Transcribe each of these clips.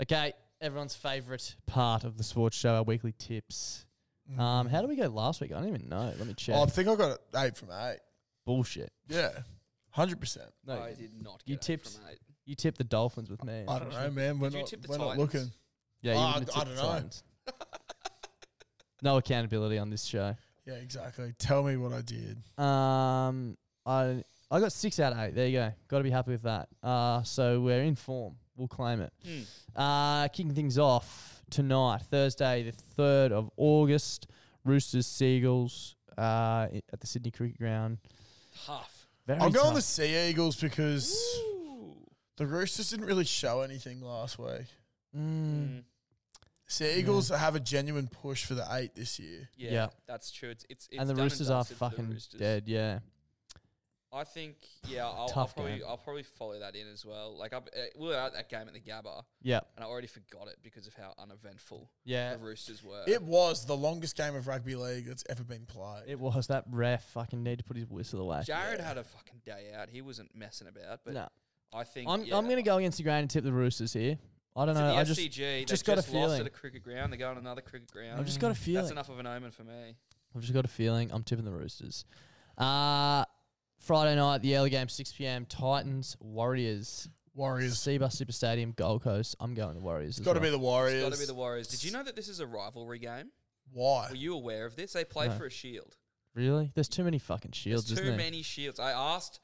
Okay, everyone's favourite part of the sports show, our weekly tips. Um, how Mm-hmm. did we go last week? I don't even know. Let me check. Mm. Oh, I think I got an eight from eight. Bullshit. Yeah, hundred percent. No, I did not get you eight tipped. from eight. you tipped the Dolphins with me. I don't know, man. We're Did you not. tip the we're not Titans? looking. Yeah, you Oh, wouldn't have I- I tipped dunno. the Titans. no accountability on this show. Yeah, exactly. Tell me what I did. Um, I I got six out of eight. There you go. Got to be happy with that. Uh, so we're in form. We'll claim it. Uh, kicking things off tonight, Thursday, the third of August. Roosters Seagulls uh, i- at the Sydney Cricket Ground. Tough. Very I'll go on tough. the Sea Eagles because Ooh. the Roosters didn't really show anything last week. Mm, Mm. Sea Eagles have a genuine push for the eight this year. Yeah, Yeah. that's true. It's it's, it's and the done Roosters are dusted for the fucking Roosters. dead. Yeah. I think yeah, I'll, I'll Tough probably game. I'll probably follow that in as well. Like I, uh, we were at that game at the Gabba, Yeah. and I already forgot it because of how uneventful Yeah. the Roosters were. It was the longest game of rugby league that's ever been played. It was that ref. Fucking need to put his whistle away. Jared had a fucking day out. He wasn't messing about, but No. I think I'm, yeah, I'm going to go against the grain and tip the Roosters here. I don't to know. the I just, FCG. They just just got a Lost feeling. at a cricket ground. They go on another cricket ground. Mm. I've just got a feeling. That's enough of an omen for me. I've just got a feeling I'm tipping the Roosters. Uh, Friday night, the early game, 6 p.m. Titans, Warriors, Warriors. Seabus Super Stadium, Gold Coast. I'm going the Warriors. It's as got to well. be the Warriors. It's got to be the Warriors. Did you know that this is a rivalry game? Why? Were you aware of this? They play No. for a shield. really? There's too many fucking There's shields, too isn't there? many shields. I asked.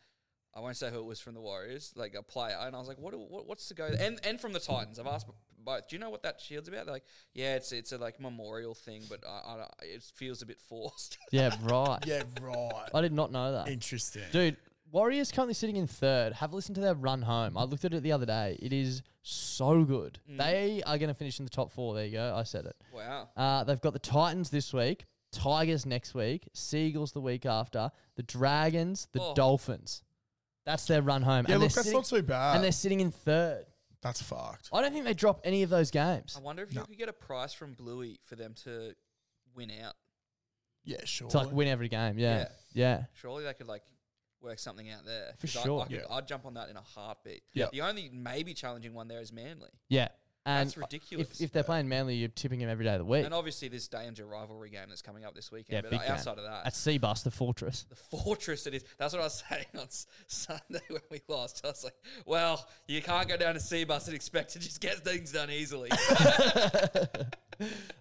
I won't say who it was from the Warriors, like a player, and I was like, "What? do- what what's the go?" And and from the Titans, I've asked both. Do you know what that shield's about? They're like, "Yeah, it's it's a like memorial thing, but I, I, don't- it feels a bit forced." Yeah, right. Yeah, right. I did not know that. Interesting. Dude, Warriors currently sitting in third. Have a listen to their run home. I looked at it the other day. It is so good. Mm. They are going to finish in the top four. There you go. I said it. wow. Uh, they've got the Titans this week, Tigers next week, Seagulls the week after, the Dragons, the Oh. Dolphins. That's their run home. yeah, and look, they're that's sitting, not too bad. and they're sitting in third. that's fucked. I don't think they drop any of those games. I wonder if you could get a price from Bluey for them to win out. Yeah, sure. To like win every game. Yeah. Yeah. Surely they could like work something out there. For 'Cause I- sure. I, could, Yeah. I'd jump on that in a heartbeat. Yeah. The only maybe challenging one there is Manly, Yeah. And That's ridiculous. If, if they're playing Manly, you're tipping them every day of the week. and obviously this danger rivalry game that's coming up this weekend. Yeah, but big game. outside of that, At Seabus, the fortress. the fortress it is. That's what I was saying on S- Sunday when we lost. I was like, well, you can't go down to Seabus and expect to just get things done easily.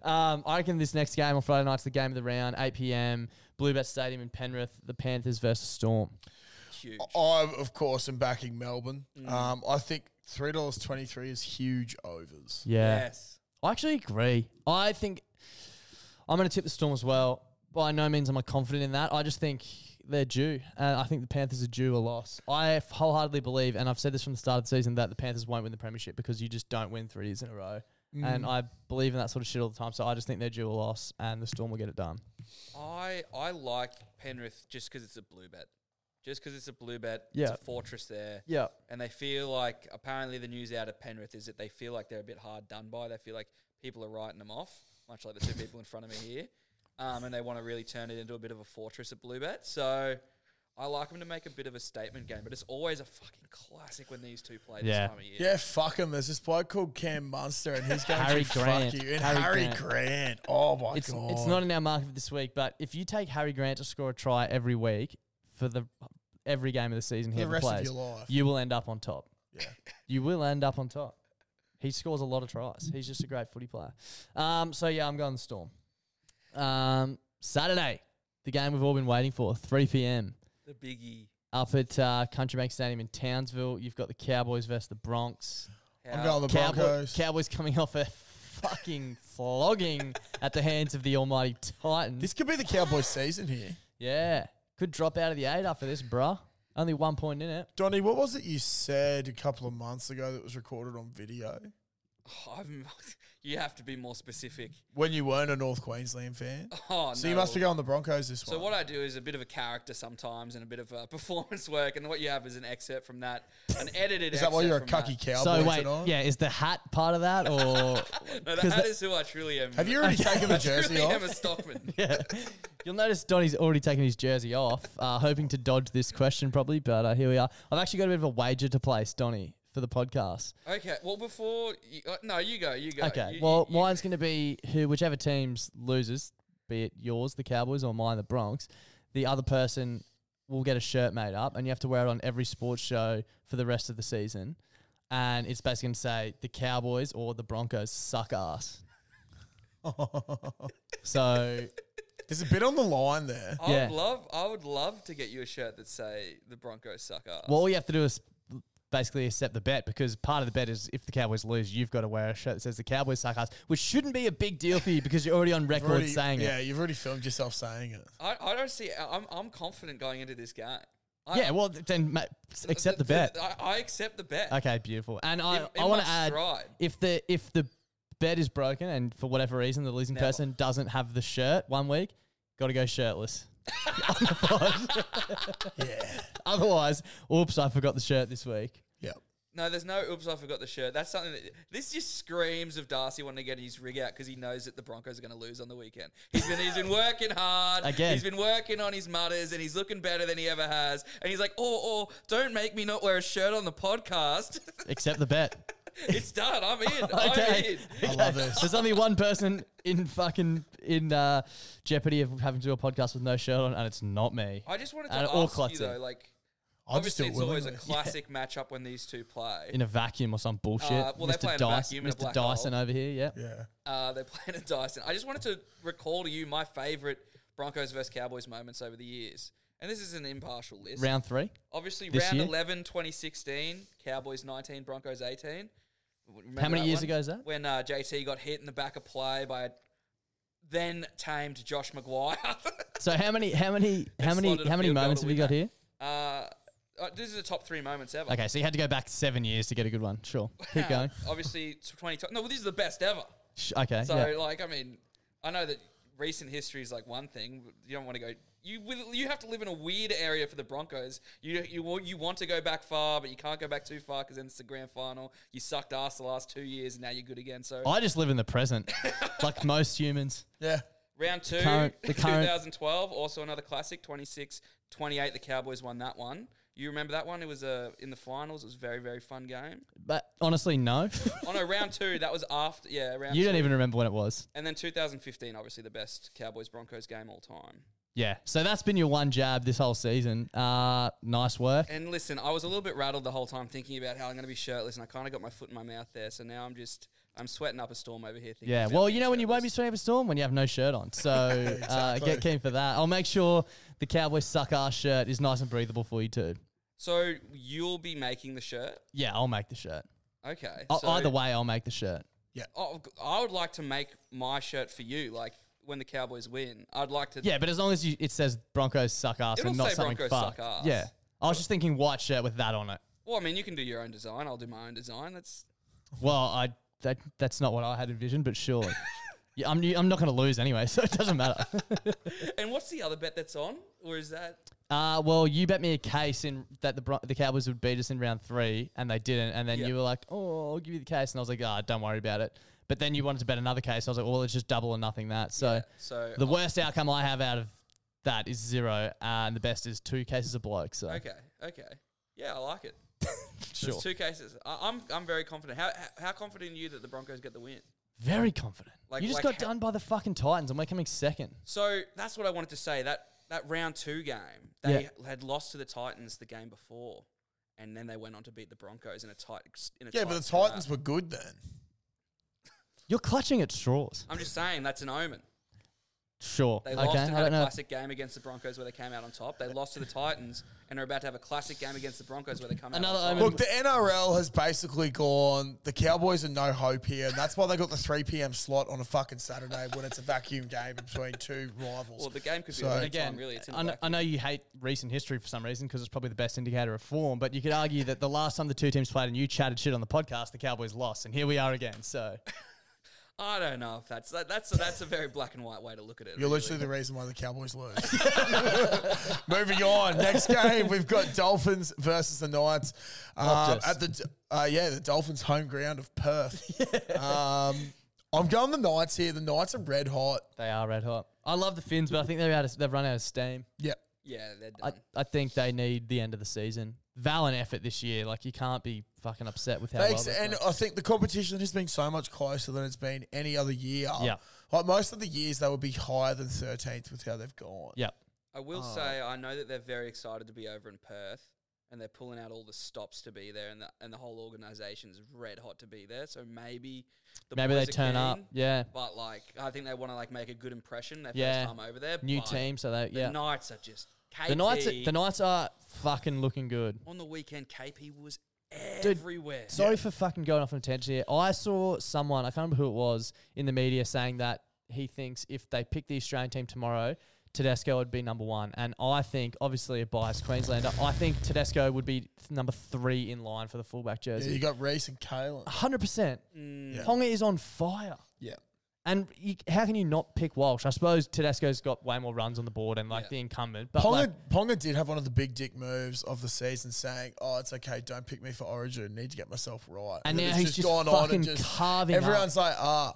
Um, I reckon this next game on Friday night's the game of the round, 8 p.m. Bluebet Stadium in Penrith, the Panthers versus Storm. Huge. I, of course, am backing Melbourne. Um, I think $3.23 is huge overs. Yeah. Yes. I actually agree. I think I'm going to tip the Storm as well. By no means am I confident in that. I just think they're due, and I think the Panthers are due a loss. I f- wholeheartedly believe, and I've said this from the start of the season, that the Panthers won't win the premiership because you just don't win three years in a row. And I believe in that sort of shit all the time. So I just think they're due a loss, and the Storm will get it done. I I like Penrith just because it's a blue bet. Just because it's a blue bet, Yeah. it's a fortress there. Yeah, And they feel like, apparently, the news out of Penrith is that they feel like they're a bit hard done by. They feel like people are writing them off, much like the two people in front of me here. Um, and they want to really turn it into a bit of a fortress at Bluebet. So I like them to make a bit of a statement game, but it's always a fucking classic when these two play Yeah. this time of year. Yeah, fuck him. There's this bloke called Cam Munster, and he's going Harry to fuck Grant. you. And Harry Harry, Grant. Grant. Oh, my it's God. it's not in our market this week, but if you take Harry Grant to score a try every week for the every game of the season, the he ever rest plays, of your life. you will end up on top. Yeah. You will end up on top. He scores a lot of tries. He's just a great footy player. Um, so yeah, I'm going Storm. Um, Saturday, the game we've all been waiting for, 3 p.m. The biggie. up at uh, Countrybank Stadium in Townsville. You've got the Cowboys versus the Bronx. I'm How- going the Cowboy- Broncos. Cowboys coming off a fucking flogging at the hands of the almighty Titans. this could be the Cowboys season here. yeah, could drop out of the eight after this, bruh. Only one point in it. Donny, what was it you said a couple of months ago that was recorded on video I'm- you have to be more specific. when you weren't a North Queensland fan? Oh, so no. you must be going the Broncos this So one. what I do is a bit of a character sometimes and a bit of uh, performance work, and what you have is an excerpt from that, an edited. Is that why excerpt you're a from cucky that. Cowboy so wait, tonight? yeah, is the hat part of that or? No, 'Cause that, that- that is who I truly am. Have you already taken the I jersey truly off? am a Stockman. Yeah. You'll notice Donny's already taken his jersey off, uh, hoping to dodge this question probably, but uh, here we are. I've actually got a bit of a wager to place, Donny, for the podcast. Okay. Well, before you, uh, no, you go. You go. Okay. You- well, you- you- mine's going to be who whichever teams loses, be it yours, the Cowboys, or mine, the Bronx. The other person will get a shirt made up, and you have to wear it on every sports show for the rest of the season. And it's basically going to say the Cowboys or the Broncos suck ass. So There's a bit on the line there. I yeah. would love. I would love to get you a shirt that say the Broncos suck ass. Well, all you have to do is basically accept the bet because part of the bet is if the Cowboys lose, you've got to wear a shirt that says the Cowboys suck ass, which shouldn't be a big deal for you because you're already on record You've already- saying yeah, it. you've already filmed yourself saying it. I, I don't see. I- I'm I'm confident going into this game. I, yeah, well, th- then ma- accept the bet. I, I accept the bet. Okay, beautiful. And I, In- I in want to my add stride. if the if the bet is broken and for whatever reason the losing Never. person doesn't have the shirt one week, got to go shirtless. Yeah. Otherwise, oops, I forgot the shirt this week. yep. No, there's no. Oops, I forgot the shirt. That's something. That, this just screams of Darcy wanting to get his rig out because he knows that the Broncos are going to lose on the weekend. He's been he's been working hard. Again. he's been working on his mutters and he's looking better than he ever has. And he's like, oh, oh, don't make me not wear a shirt on the podcast. Accept the bet. it's done. I'm in. I'm in. I love this. There's only one person in fucking in uh, jeopardy of having to do a podcast with no shirt on, and it's not me. I just wanted to And all ask you cluttered. though, like. I'll just do Obviously, it it's always a willingly. classic matchup when these two play. in a vacuum or some bullshit. Uh, well, they Mr. play in a Dyson, vacuum in a Mr. black Dyson hole. over here. Yeah. Yeah. Uh, they're playing at Dyson. I just wanted to recall to you my favorite Broncos versus Cowboys moments over the years. And this is an impartial list. Round three. Obviously, this round year? 11, 2016, Cowboys 19, Broncos 18. W- remember How many that years one? ago is that? When uh, JT got hit in the back of play by a then tamed Josh Maguire. So how many? How many? How many? slotted a How many field goal moments to have you win got that. here? uh, uh, these are the top three moments ever. Okay, so you had to go back seven years to get a good one. Sure. Keep Uh, going. Obviously, 20. No, well, these are the best ever. Sh- Okay. So, yeah. like, I mean, I know that recent history is like one thing. but You don't want to go. You will- you have to live in a weird area for the Broncos. You you wa- you want to go back far, but you can't go back too far because then it's the grand final. You sucked ass the last two years, and now you're good again. So I just live in the present, like most humans. Yeah. round two, current- the current- 2012, also another classic, 26-28. The Cowboys won that one. You remember that one? It was uh, in the finals. It was a very very fun game. But honestly, no. On a round two, that was after yeah round. you two. don't even remember when it was. And then 2015, obviously the best Cowboys Broncos game all time. Yeah. So that's been your one jab this whole season. Uh, nice work. And listen, I was a little bit rattled the whole time thinking about how I'm going to be shirtless, and I kind of got my foot in my mouth there. So now I'm just I'm sweating up a storm over here. Thinking Yeah, about well, being you know when you won't be shirtless. sweating up a storm when you have no shirt on. So uh, Exactly. get keen for that. I'll make sure the Cowboys suck ass shirt is nice and breathable for you too. So you'll be making the shirt, Yeah, I'll make the shirt. okay? I so either way, I'll make the shirt. oh, I would like to make my shirt for you, like when the Cowboys win. I'd like to. Yeah, but as long as you, it says Broncos suck ass It'll and not say something Broncos fucked. suck ass. Yeah, I was just thinking white shirt with that on it. Well, I mean, you can do your own design. I'll do my own design. That's Well, I that that's not what I had envisioned, but sure. yeah, I'm I'm not going to lose anyway, so it doesn't matter. and what's the other bet that's on, or is that? Uh, well, you bet me a case in that the Bron- the Cowboys would beat us in round three, and they didn't. And then Yeah. you were like, "Oh, I'll give you the case," and I was like, "Ah, don't worry about it." But then you wanted to bet another case. I was like, "Well, it's just double or nothing that." So So Uh, the worst outcome I have out of that is zero, and the best is two cases of bloke. So uh, okay, okay, yeah, I like it. sure, There's two cases. I, I'm I'm very confident. How how- how confident are you that the Broncos get the win? very confident. Like- you just like got how- done by the fucking Titans, and we're coming second. So that's what I wanted to say. That that round two game, they Yeah. had lost to the Titans the game before, and then they went on to beat the Broncos in a tight. In a Yeah, tight but the score. Titans were good then. You're clutching at straws. I'm just saying that's an omen. Sure. They okay. lost I and had a don't know. classic game against the Broncos where they came out on top. They lost to the Titans and are about to have a classic game against the Broncos where they come Another out on top. omen. Look, the NRL has basically gone. The Cowboys are no hope here, and that's why they got the three PM slot on a fucking Saturday when it's a vacuum game between two rivals. Well, the game could be So- so, Again, really. It's in the I, kn- back. I know you hate recent history for some reason because it's probably the best indicator of form, but you could argue that the last time the two teams played and you chatted shit on the podcast, the Cowboys lost, and here we are again. So, I don't know if that's that, that's a, that's a very black and white way to look at it. You're really. literally the reason why the Cowboys lose. Moving on, next game we've got Dolphins versus the Knights um, Optus. at the uh, yeah the Dolphins' home ground of Perth. um, I'm going the Knights here. The Knights are red hot. they are red hot. I love the Finns, but I think they're out of, they've run out of steam. Yep. yeah, they're done. I, I think they need the end of the season. valiant effort this year. Like you can't be fucking upset with how well Thanks. they've and done. I think the competition has been so much closer than it's been any other year. Yeah. Like most of the years, they would be higher than 13th with how they've gone. Yep. I will Oh. say I know that they're very excited to be over in Perth, and they're pulling out all the stops to be there, and the and the whole organisation's red hot to be there. So maybe the Maybe boys they are turn up. keen, Yeah. But like, I think they want to like make a good impression their Yeah. first time over there. New but team, so they The yeah. Knights are just KP. The Knights, the Knights are fucking looking good. on the weekend, KP was everywhere. Sorry for fucking going off on a tangent here. I saw someone, I can't remember who it was, in the media saying that he thinks if they pick the Australian team tomorrow, Tedesco would be number one. And I think, obviously a biased Queenslander, I think Tedesco would be th- number three in line for the fullback Yeah, jersey. you got Reese and Kalen. 100%. Yeah. Ponga is on fire. Yeah. And you, how can you not pick Walsh? I suppose Tedesco's got way more runs on the board and like Yeah. the incumbent. But Ponga, like, Ponga did have one of the big dick moves of the season, saying, "Oh, it's okay. Don't pick me for Origin. Need to get myself right." And now it's he's just fucking carving up. Everyone's like, "Ah,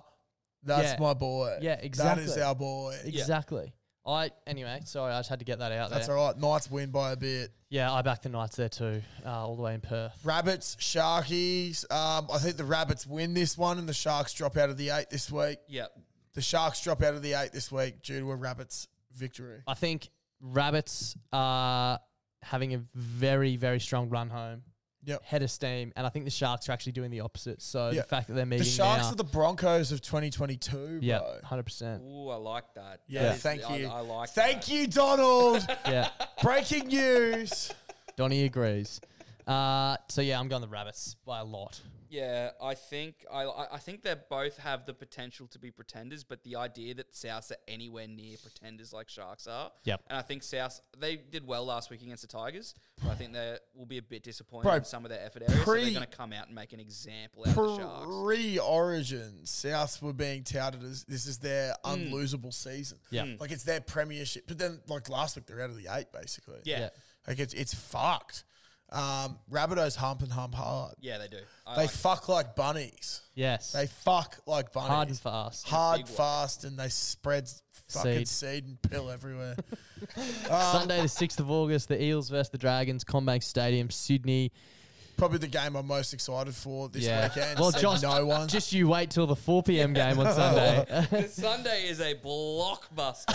that's Yeah. my boy. Yeah, That is exactly. our boy. exactly. I anyway, sorry, I just had to get that out That's there. all right. Knights win by a bit. Yeah, I backed the Knights there too, uh, all the way in Perth. Rabbits, Sharkies. Um, I think the Rabbits win this one, and the Sharks drop out of the eight this week. Yep. The Sharks drop out of the eight this week due to a Rabbits victory. I think rabbits are having a very, very strong run home. Yep. Head of steam, and I think the Sharks are actually doing the opposite. So Yeah. the fact that they're meeting The Sharks now, are the Broncos of 2022, yeah, bro. hundred percent, Ooh, I like that. Yeah, That is- thank I- you. I, like. Thank that. you, Donald. yeah. Breaking news. Donnie agrees. Uh, so yeah, I'm going the rabbits by a lot. Yeah, I think I I I think they both have the potential to be pretenders, but the idea that Souths are anywhere near pretenders like Sharks are. Yep. And I think South they did well last week against the Tigers, but I think they will be a bit disappointed Bro, in some of their effort areas. so pre- they're going to come out and make an example out of the Sharks. Pre-Origin, Souths were being touted as this is their Hmm. unlosable season. Yeah. Mm. like it's their premiership. But then, like last week, they're out of the eight basically. Yeah. Yeah. yeah. like it's it's fucked. Um, Rabbitohs hump and hump hard. they do. I They like- fuck like bunnies. Yes, They fuck like bunnies. hard and fast. Hard, Big one. fast, and they spread fucking Seed. seed, and pill everywhere. Sunday the sixth of August, the Eels versus the Dragons, Combank Stadium, Sydney. Probably the game I'm most excited for this Yeah, weekend. well, Said just no one. just you wait till the four p.m. game on Sunday. Sunday is a blockbuster.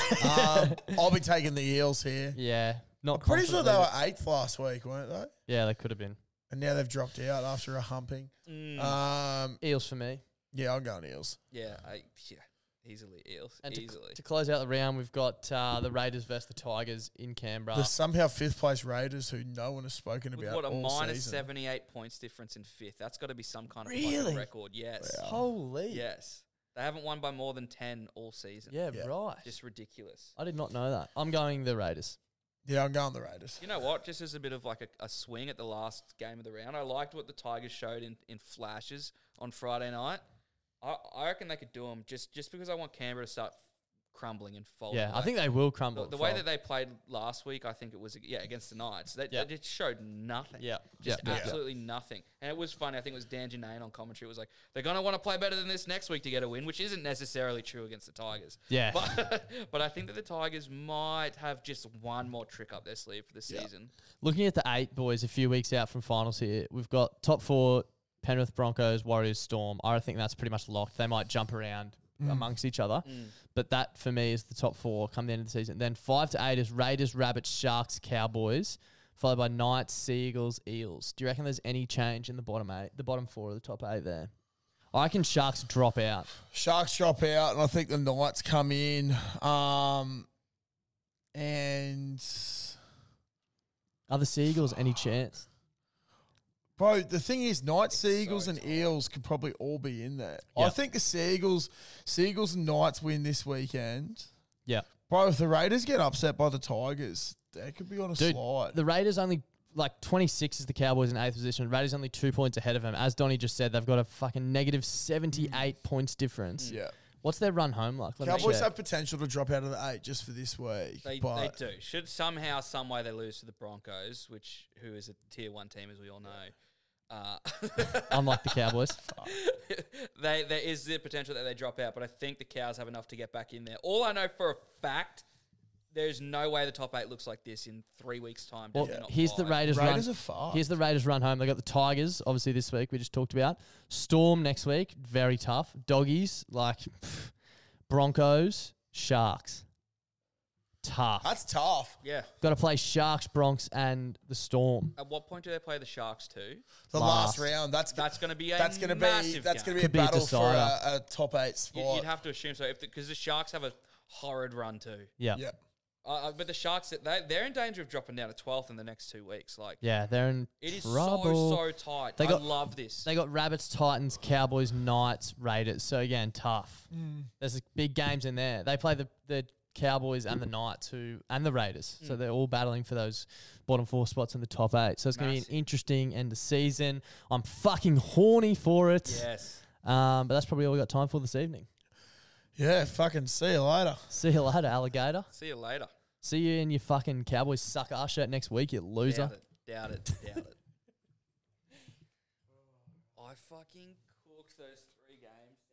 um, I'll be taking the eels here. yeah, not Pretty sure they confidently. were eighth last week, weren't they? Yeah, they could have been And now they've dropped out after a humping. Mm. Um, Eels for me. yeah, I'm going eels. yeah, I, yeah, easily eels, And to, easily. to close out the round, we've got uh, the Raiders versus the Tigers in Canberra. The somehow fifth place Raiders, who no one has spoken With about what a all minus season. seventy-eight points difference in fifth. That's got to be some kind of Really? fucking record. Yes. Holy. Yes. They haven't won by more than 10 all season. Yeah, Yeah. right. Just ridiculous. I did not know that. I'm going the Raiders. Yeah, I'm going the Raiders. You know what? Just as a bit of like a, a swing at the last game of the round, I liked what the Tigers showed in, in flashes on Friday night. I, I reckon they could do them just, just because I want Canberra to start crumbling and folding. Yeah, I Like, think they will crumble. the, the way that they played last week, I think it was yeah against the Knights. They, Yeah. they just showed nothing. Yeah. just Yeah. Yeah. absolutely nothing. And it was funny. I think it was Dan Janane on commentary. was like they're gonna want to play better than this next week to get a win, which isn't necessarily true against the Tigers. Yeah. but, but I think that the Tigers might have just one more trick up their sleeve for the season. Looking at the eight boys a few weeks out from finals here, we've got top four Penrith Broncos, Warriors, Storm. I think that's pretty much locked. They might jump around amongst each other, but that for me is the top four come the end of the season. Then five to eight is Raiders, Rabbits, Sharks, Cowboys, followed by Knights, Seagulls, Eels. Do you reckon there's any change in the bottom eight, the bottom four of the top eight there? I reckon Sharks drop out. Sharks drop out, and I think the Knights come in. Um, and Are the Seagulls any chance? bro, the thing is, Knights, Seagulls, so and Eels could probably all be in there. I Yeah. think the Seagulls, Seagulls and Knights win this weekend. Yeah. Bro, if the Raiders get upset by the Tigers, they could be on a Dude, slide. the Raiders only like 26 is the Cowboys in eighth position. Raiders only two points ahead of them. As Donnie just said, they've got a fucking negative Mm. 78 points difference. yeah. What's their run home like? Let me Cowboys check. have potential to drop out of the eight just for this week. They, but they do. Should somehow, some way, they lose to the Broncos, which who is a tier one team as we all know. Uh, unlike the Cowboys. they there is the potential that they drop out, but I think the cows have enough to get back in there. All I know for a fact there's no way the top eight looks like this in three weeks' time. Well, definitely not here's the five. Raiders, Oh, Raiders run. are fucked. Here's the Raiders run home. They got the Tigers obviously this week. We just talked about Storm next week. Very tough. Doggies like Broncos, Sharks. Tough. That's tough. Yeah. got to play Sharks, Bronx, and the Storm. At what point do they play the Sharks too? The Last. last, round. That's That's going to be a that's gonna be massive that's game. gonna be a Could be a battle for a, decider. a top eight You- spot. You'd have to assume so, if because the, Sharks have a horrid run too. Yeah. yeah. Uh, uh, but the Sharks, they, they're in danger of dropping down to twelfth in the next two weeks. Like Yeah, they're in it is trouble. so so tight. They I got- love this. They got Rabbits, Titans, Cowboys, Knights, Raiders. So again, tough. There's big games in there. They play the, the Cowboys and the Knights who and the Raiders. So they're all battling for those bottom four spots in the top eight. So it's going to be Massive. an interesting end of season. I'm fucking horny for it. yes. Um, but that's probably all we got time for this evening. Yeah, fucking see you later. See you later, alligator. See you later. See you in your fucking Cowboys suck ass shirt next week, you loser. Doubt it. Doubt it. Doubt it. I fucking cooked those three games.